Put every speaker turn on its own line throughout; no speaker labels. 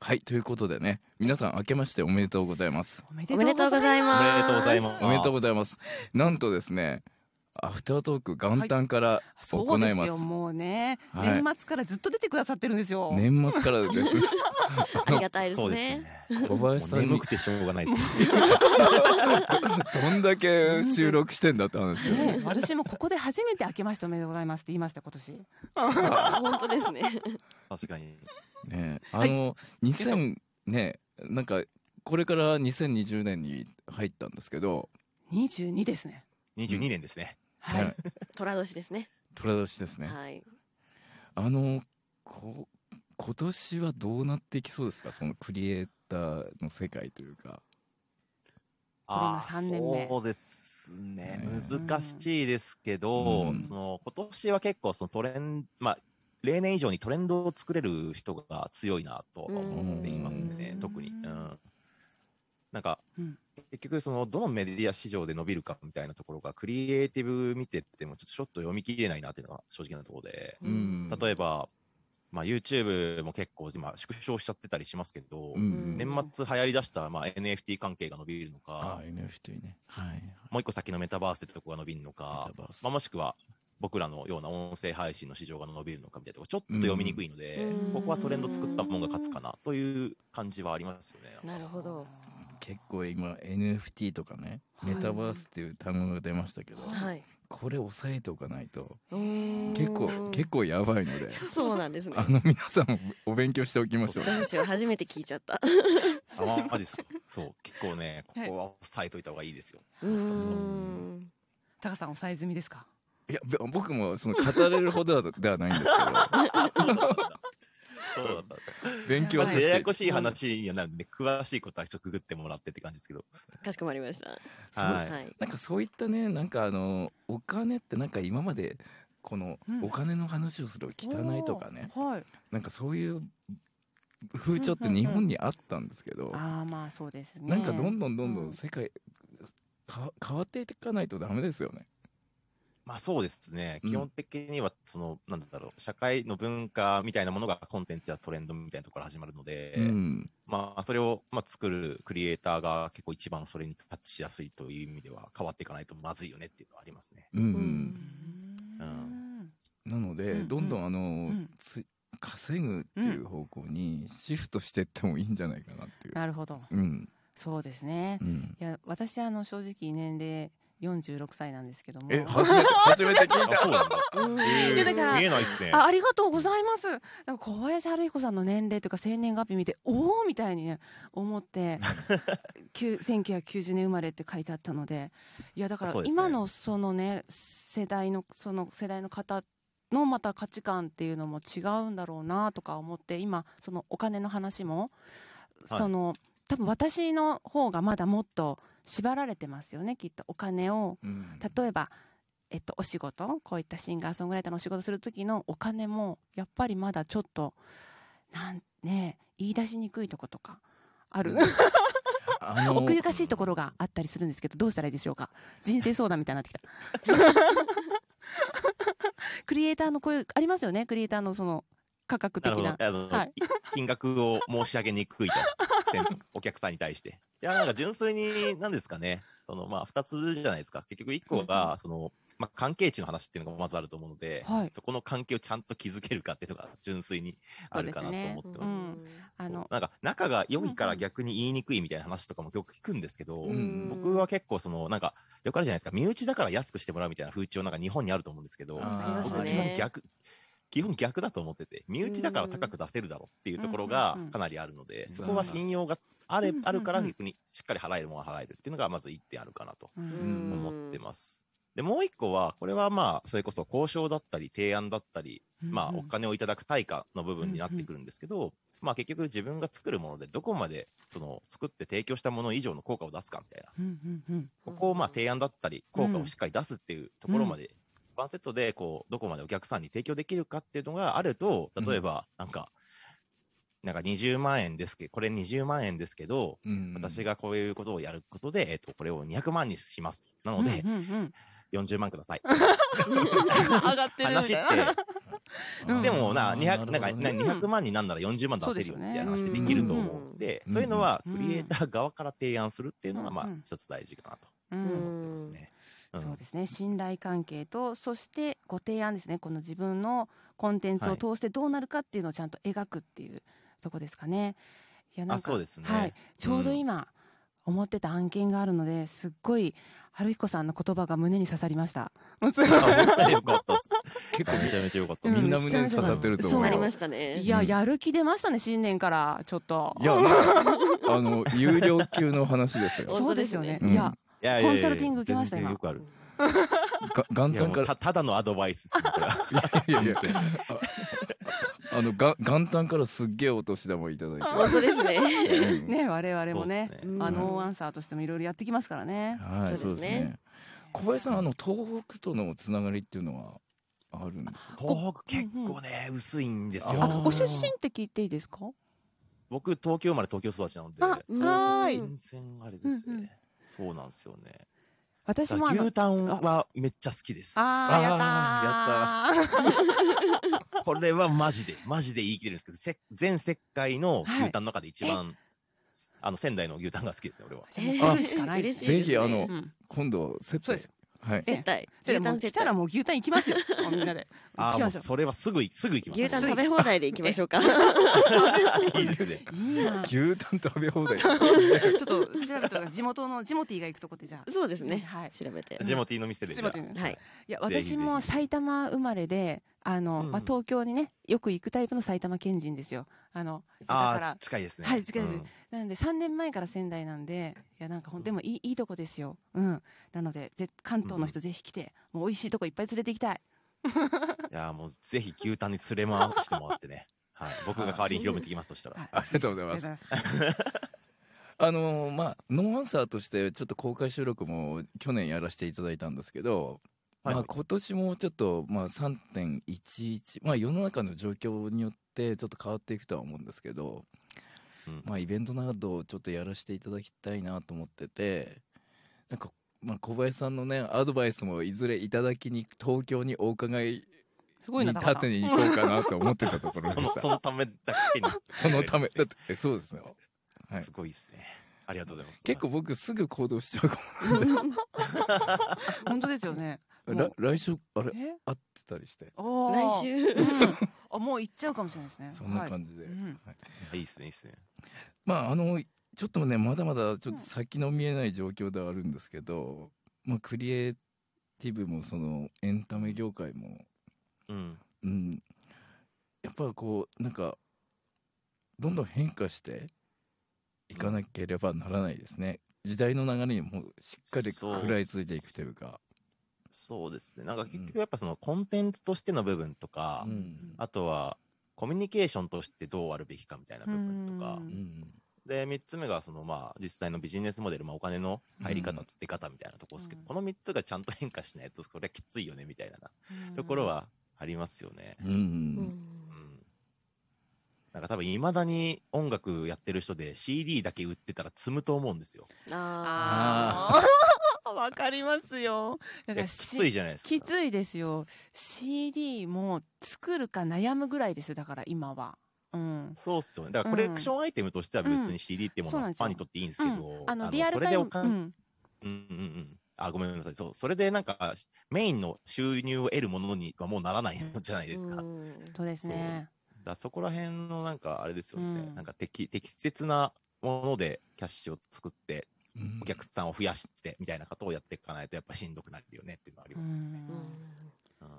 はいということでね皆さん明けましておめでとうございます
おめ
おめでとうござい
す
ます。
おめでとうございます
おめでとうございますなんとですねアフタートーク元旦から
そ
行
うで
いますす、
よもうね、
はい
年末からずっと出てくださってるんですよ
年末からですね
ありがたいです
そうです
ね。
ね。
小林さ
もうん
に
眠くてしょうがないですね。
どんだけ収録してんだって話よ
ね私もここで初めて明けましておめでとうございますって言いました今年
本当ですね。
確かに。
ねあ
はい
の、2000ねなんかこれから2020年に入ったんですけど、
22ですね
22年ですね。
はい、
ね
虎年ですね。
虎年ですね、
はい。
あのこ今年はどうなっていきそうですかそのクリエイターの世界というか
これ今三年目
あーそうですね
ね。
難しいですけど、
うん
その今年は結構そのトレンまあ例年以上にトレンドを作れる人が強いなと思っていますね
う。ん
特に、うん、なんか、
うん
結局そのどのメディア市場で伸びるかみたいなところがクリエイティブ見ててもちょっとちょっと読み切れないなっていうのは正直なところで。
うん
例えば、まあ、YouTube も結構今縮小しちゃってたりしますけど、
うん
年末流行りだした、まあ、NFT 関係が伸びるの
あ
か、
NFT ねはい
もう一個先のメタバースってとこが伸びるのか
メ、タバース
まあ、もしくは僕らのような音声配信の市場が伸びるのかみたいなとこちょっと読みにくいので、
うん
ここはトレンド作ったもんが勝つかなという感じはありますよね。
なるほど。
結構今 NFT とかね
はい
メタバースっていう単語が出ましたけど、
はい。
これ押さえておかないと
結
結構結構やばいので
そうなんですね
あ。の皆さんもお勉強しておきましょう
どうしよう初めて聞いちゃった。
あまあマジですかそう結構ねここは押さえといた方がい いですよ。
うーん。
タカさんおさえ済みですか
いやぼ僕もその語れるほどではないんですけど
そうだった
勉強
ま
はさ
ず
せ
や
て
やこしい話にはなるんで、詳しいことはちょっとググってもらってって感じですけど。
かしこまりました。
そう
はい
はい。
なんかそういったねなんかあのお金ってなんか今までこの
うん
お金の話をする汚いとかね、
はい
なんかそういう風潮って日本にあったんですけど、
ああまあそうですね
なんかどんどんどんど
うん
ん世界、か変わっていかないとダメですよね。
まあそうですね。
うん
基本的には、その、なんだろう、社会の文化みたいなものがコンテンツやトレンドみたいなところから始まるので、
うん
まあそれを、まあ、作るクリエイターが結構一番それにタッチしやすいという意味では変わっていかないとまずいよねっていうのはありますね。
うん
うん
う
うん
なので、
うん
どんどんあの、
ん
つ稼ぐっていう方向にシフトしていってもいいんじゃないかなっていう。
なるほど
うん
そうですね
うん、
いや私あの正直年齢46歳なんですけども
え初めて初めて聞い
あ、 そうなんだ。
うん
え ー
いやだから
見えないですね。
あありがとうございます。なんか小林春彦さんの年齢とか生年月日見て、おおみたいにね、思 って。きゅう1990年生まれって書いてあったので、いやだから
そうですね
今のそのね、世代の、その世代の方。のまた価値観っていうのも違うんだろうなとか思って今そのお金の話も、
はい
その多分私の方がまだもっと縛られてますよねきっとお金を
うん
例えば、えっと、お仕事こういったシンガーソングライターのお仕事する時のお金もやっぱりまだちょっとなんね言い出しにくいとことかあ る、
あの
奥ゆかしいところがあったりするんですけどどうしたらいいでしょうか人生相談みたいになってきたクリエイターのこういうありますよねクリエイターのその価格
な
的
る
な。
ほどあの、
はい
金額を申し上げにくいと、店舗お客さんに対 して。いや、なんか純粋に、なんですかね、そのまあ、2つじゃないですか、結局1個
うんう
が、そのまあ、関係値の話っていうのがまずあると思うので、
はい
そこの関係をちゃんと築けるかっていうのが、純粋にあるかなと思ってます。
うんあの
なんか仲が良いから逆に言いにくいみたいな話とかもよく聞くんですけど、
ん
僕は結構そのなんかよくあるじゃないですか身内だから安くしてもらうみたいな風潮なんか日本にあると思うんですけど、
あ
りま
僕
す
は基本
ね
逆、基本逆だと思ってて、身内だから高く出せるだろうっていうところ
う
が
んうんうん
かなりあるので
う、ん
そこは信用があれ
うんうんうん
あるから逆にしっかり払えるものは払えるっていうのがまず一点あるかなと
う
うんん
思ってます。で、もう一個は、これはまあ、それこそ交渉だったり、提案だったり、まあ、お金をいただく対価の部分になってくるんですけど、まあ、結局自分が作るもので、どこまで、その、作って提供したもの以上の効果を出すかみたいな。
うんうんうん
ここをまあ提案だったり、効果をしっかり出すっていうところまで、ワンセットでこうどこまでお客さんに提供できるかっていうのがあると、例えばなんか、なんか20万円ですけど、これ20万円ですけど、
うん
私がこういうことをやることで、えっと、これを200万にします。な
う
の
ん
で、
うんうん
40万く ださい。
上がってるみ
話った
い な。
て、でもな、200, なんかな
ね
200万になんなら40万出せるよみたいな話
そう
で
です
で
よね
きると思うんで、
うん
そういうのは
うん
クリエイター側から提案するっていうのが、ま
う
あ
ん、
一つ大事かなと
う
うんん
思ってますね。うん
そうですね信頼関係とそしてご提案ですねこの自分のコンテンツを通してどうなるかっていうのをちゃんと描くっていうとこですかね。いやなん
あ、
か
そうですね。
はい、ちょうど今、思ってた案件があるのですっごい春彦さんの言葉が胸に刺さりま した。もうすごい
あ本当によかったです。
結構
めちゃめちゃよかった。
うん
みんな胸に刺さってると
そ
思
う
う
な
よ
りましたね
い。や、
うん
やる気出ましたね新年からちょっと。
いやなんかあの有料級の話ですよ
そうですよね。
本当ですね
いや、
いやいやいや
コンサルティング受けました
全然
今
よくある。
が元
い
旦
やも
か
う
ら
たただのアドバイスですねこ れは
いやいやああ のが元旦からすっげえお年玉いただい
本当ですね。
て、うん
ね我々もね
そうです
うん
あのノーアンサーとしてもいろいろやってきますからね。
はいそ
そうう
で
ですすね
ね小林さんあの東北とのつながりっていうのはあるんですか
東北結構ね、薄いんですよ。
あ
あー
ご出身って聞いていいですか？
僕、東京生まれ、東京育ちなので、
あ
うん
はーい。
全然あれです
うんうん
ね。そうなんですよね。
私もあの
牛タンはめっちゃ好きです。
あーやったー
これはマジで、マジで言い切れるんですけど、せ全世界の
はい
牛タンの中で一番、あの、仙台の牛タンが好きですね、俺は。
じゃあもう来るしかないですね。
あぜひあの
うん
今度セッ
そ
ト
うです
はい
え
絶対。
で
牛タ
も
ン
来
絶
たら
対。
もう牛タン行き ますよ。もうみんなで。行
ああ、
き
も
ま
う
しょう。
それはすぐい、すぐ行きます。
牛タン食べ放題で行きましょうか。
いいですね。
いいな。ち
牛タン食べ放題
ょっと調べたら地元のジモティが行くとこでじゃあ。
そうですね。
はい。
調べて。
ジモティーの店で。
ジモティーの
じゃあ
はい。
いや
ぜひ
私
ぜひ
も埼玉生まれで、あの、
うん
まあ東京にねよく行くタイプの埼玉県人ですよ。あのだか
あ
ら
あ、近いですね。
はい近いです
うん
なので3年前から仙台なんでいやなんかほんでもいいいいとこですよ。うん。なのでぜ関東の人ぜひ来て、もう美味しいとこいっぱい連れて行きたい。
いやー、もうぜひ牛タンに連れ回してもらってね。はい。僕が代わりに広めてきます、そしたら。
はい
ありがとうございます
ありがとうございます。
あのーまあノーアンサーとしてちょっと公開収録も去年やらせていただいたんですけど、
はい
まあ、今年もちょっと、まあ、3.11、まあ、世の中の状況によってちょっと変わっていくとは思うんですけど、
うん
まあ、イベントなどをちょっとやらせていただきたいなと思っててなんか、まあ、小林さんのねアドバイスもいずれいただきに東京にお伺い
すごいな
に
高田さ
縦
ん。
に行こうかなと思ってたところ
そ
で
の
し
そ
た。
のためだけに。
そのためだってえそうですよはい
すごいですね。ありがとうございます。
結構僕すぐ行動しちゃうか
本当ですよね。
も
も
ら
う
来週あれ
え？
会ってたりして
おー
来。週。
うんあもう行っちゃうかもしれないです ね。
そんな
はい
感じで、
うん
はい
あいいですね、いいですね。
まああのちょっとねまだまだちょっと先の見えない状況ではあるんですけど、まあクリエイティブもそのエンタメ業界も、
うん。
うん、やっぱこうなんかどんどん変化していかなければならないですね。時代の流れにもうしっかり
そう
食らいついていくというか。
そうですね。なんか結局やっぱそのコンテンツとしての部分とか、
うん
あとはコミュニケーションとしてどうあるべきかみたいな部分とか
う
うんん
で3つ目がそのまあ実際のビジネスモデル、まあ、お金の入り方
うん
と出方みたいなところですけど、
うん
この3つがちゃんと変化しないとそれはきついよねみたいなところ。はありますよね。
うんうん
うんなんか多分いまだに音楽やってる人で CD だけ売ってたら積むと思うんですよ。
あ
ああ。 わかりますよ。だ
い
か
や
ら
きつい
し
じゃないですか。
きついですよ。CD も作るか悩むぐらいですよだから今は。うん。
そうっすよね。だからコレクションアイテムとしては別
うん
に CD ってもの
そうなん
は
です
フ
よ
ァンにとっていいんですけど、
あのリアル
そ
タ
れ
イ
で
ム。
お
う
金、
ん
うんうんうん。あ、ごめんなさい。そう、それでなんか、メインの収入を得るものにはもうならないのじゃない
ー
です
う
か。だか
ん
そうですね。
らそこら辺のなんか、あれですよね。
うん
なんか適、適切なものでキャッシュを作って、
うん
お客さんを増やして、みたいなことをやっていかないと、やっぱしんどくなるよねっていうのはあり
う。
ますよね。
うんん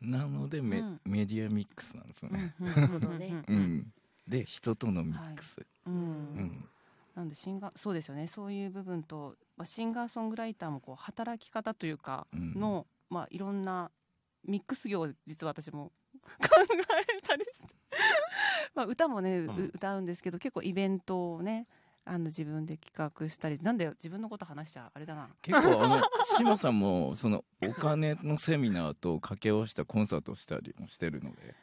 なのでメ,、
うん
メディアミックスなんですよね。
うん
ほどね
うんで人とのミックス。う
う
んん
なんでシンガーそうですよねそういう部分と、まあ、シンガーソングライターもこう働き方というか
うん
の、まあ、いろんなミックス業を実は私も 考えたりして まあ歌もね、う
うん
歌うんですけど結構イベントをねあの自分で企画したりなんで自分のこと話しちゃうあれだな
結構あの志麻さんもそのお金のセミナーと掛け合わせたコンサートをしたりもしてるので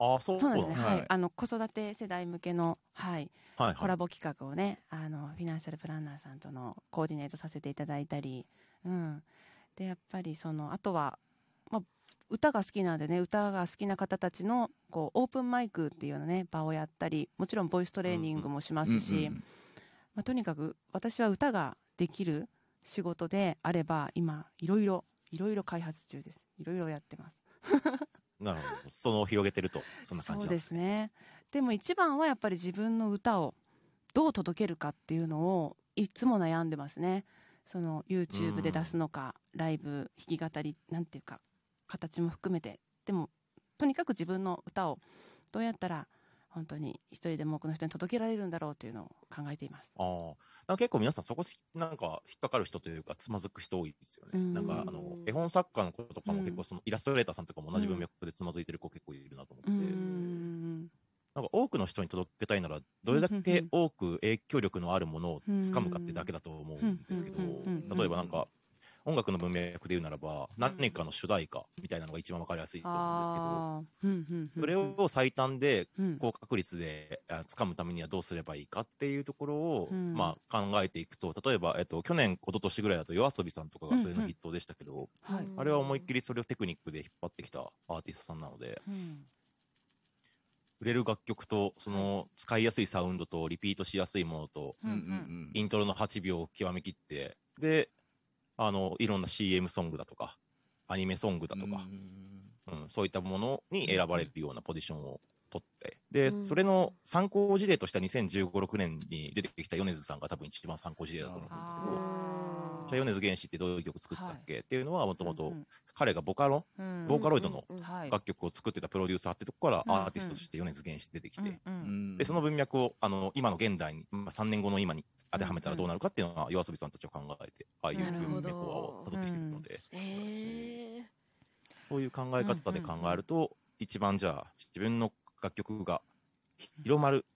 ああ、そう
そうなんです
な
ね、
ん
だ
はい
はい
あの子育て世代向けの、はい、
はい
コ
は
ラ
い。
ボ企画をねあのフィナンシャルプランナーさんとのコーディネートさせていただいたり、うん、でやっぱりそのあとは、まあ、歌が好きなんでね歌が好きな方たちのこうオープンマイクっていうようなね場をやったりもちろんボイストレーニングもしますし、
うんうん
まあ、とにかく私は歌ができる仕事であれば今いろいろいろいろ開発中ですいろいろやってます
なるほど。その広げてると、そんな感じ
そう
なん
です。ねでも一番はやっぱり自分の歌をどう届けるかっていうのをいつも悩んでますねその YouTube で出すのか、ライブ弾き語りなんていうか形も含めてでもとにかく自分の歌をどうやったら本当に一人でも多くの人に届けられるんだろうというのを考えています
ああ。なんか結構皆さんそこし、なんか引っかかる人というか、つまずく人多いですよね。
うん
なんか、あの、絵本作家の子とかも結構、その、イラストレーターさんとかも同じ文脈でつまずいてる子結構いるなと思って。
うーん
なんか多くの人に届けたいなら、どれだけ多く影響力のあるものを掴むかってだけだと思うんですけど
うんうんうんうんう、ん
例えばなんか、音楽の文脈で言うならば、何かの主題歌みたいなのが一番わかりやすいと思うんですけど、
あーうんうんうん
それを最短で
うん
高確率であ掴むためにはどうすればいいかっていうところを、
うん
まあ、考えていくと、例えば、えっと、去年、一昨年ぐらいだと YOASOBI さんとかがそれの筆頭でしたけど、
はい
うん
あれは思いっきりそれをテクニックで引っ張ってきたアーティストさんなので、
うん
売れる楽曲と、その使いやすいサウンドと、リピートしやすいものと、
うんうんう
イ
ん
ントロの8秒を極めきって、で、あの、いろんな CM ソングだとか、アニメソングだとか、うんそういったものに選ばれるようなポジションを取って、で、
うん
それの参考事例としては2015、6年に出てきた米津さんが多分一番参考事例だと思うんですけ
なるほ
ど
ど、
じゃあ米津玄師ってどういう曲作ってたっけ、っていうのは、もともと
うん
彼がボカロ、
うん
ボーカロイドの
うんうんうん
はい
楽曲を作ってたプロデューサーってとこから
うんうん
アーティストとして米津玄師出てきて、
うんうん
うん
で、その文脈を、あの、今の現代に、まあ、3年後の今に当てはめたらどうなるかっていうのは、夜遊びさんたちを考えて、ああいう
なるほ
文
ど
脈を辿ってきているので、
え
そういう考え方で考えると、一番じゃあ、自分の楽曲が広まる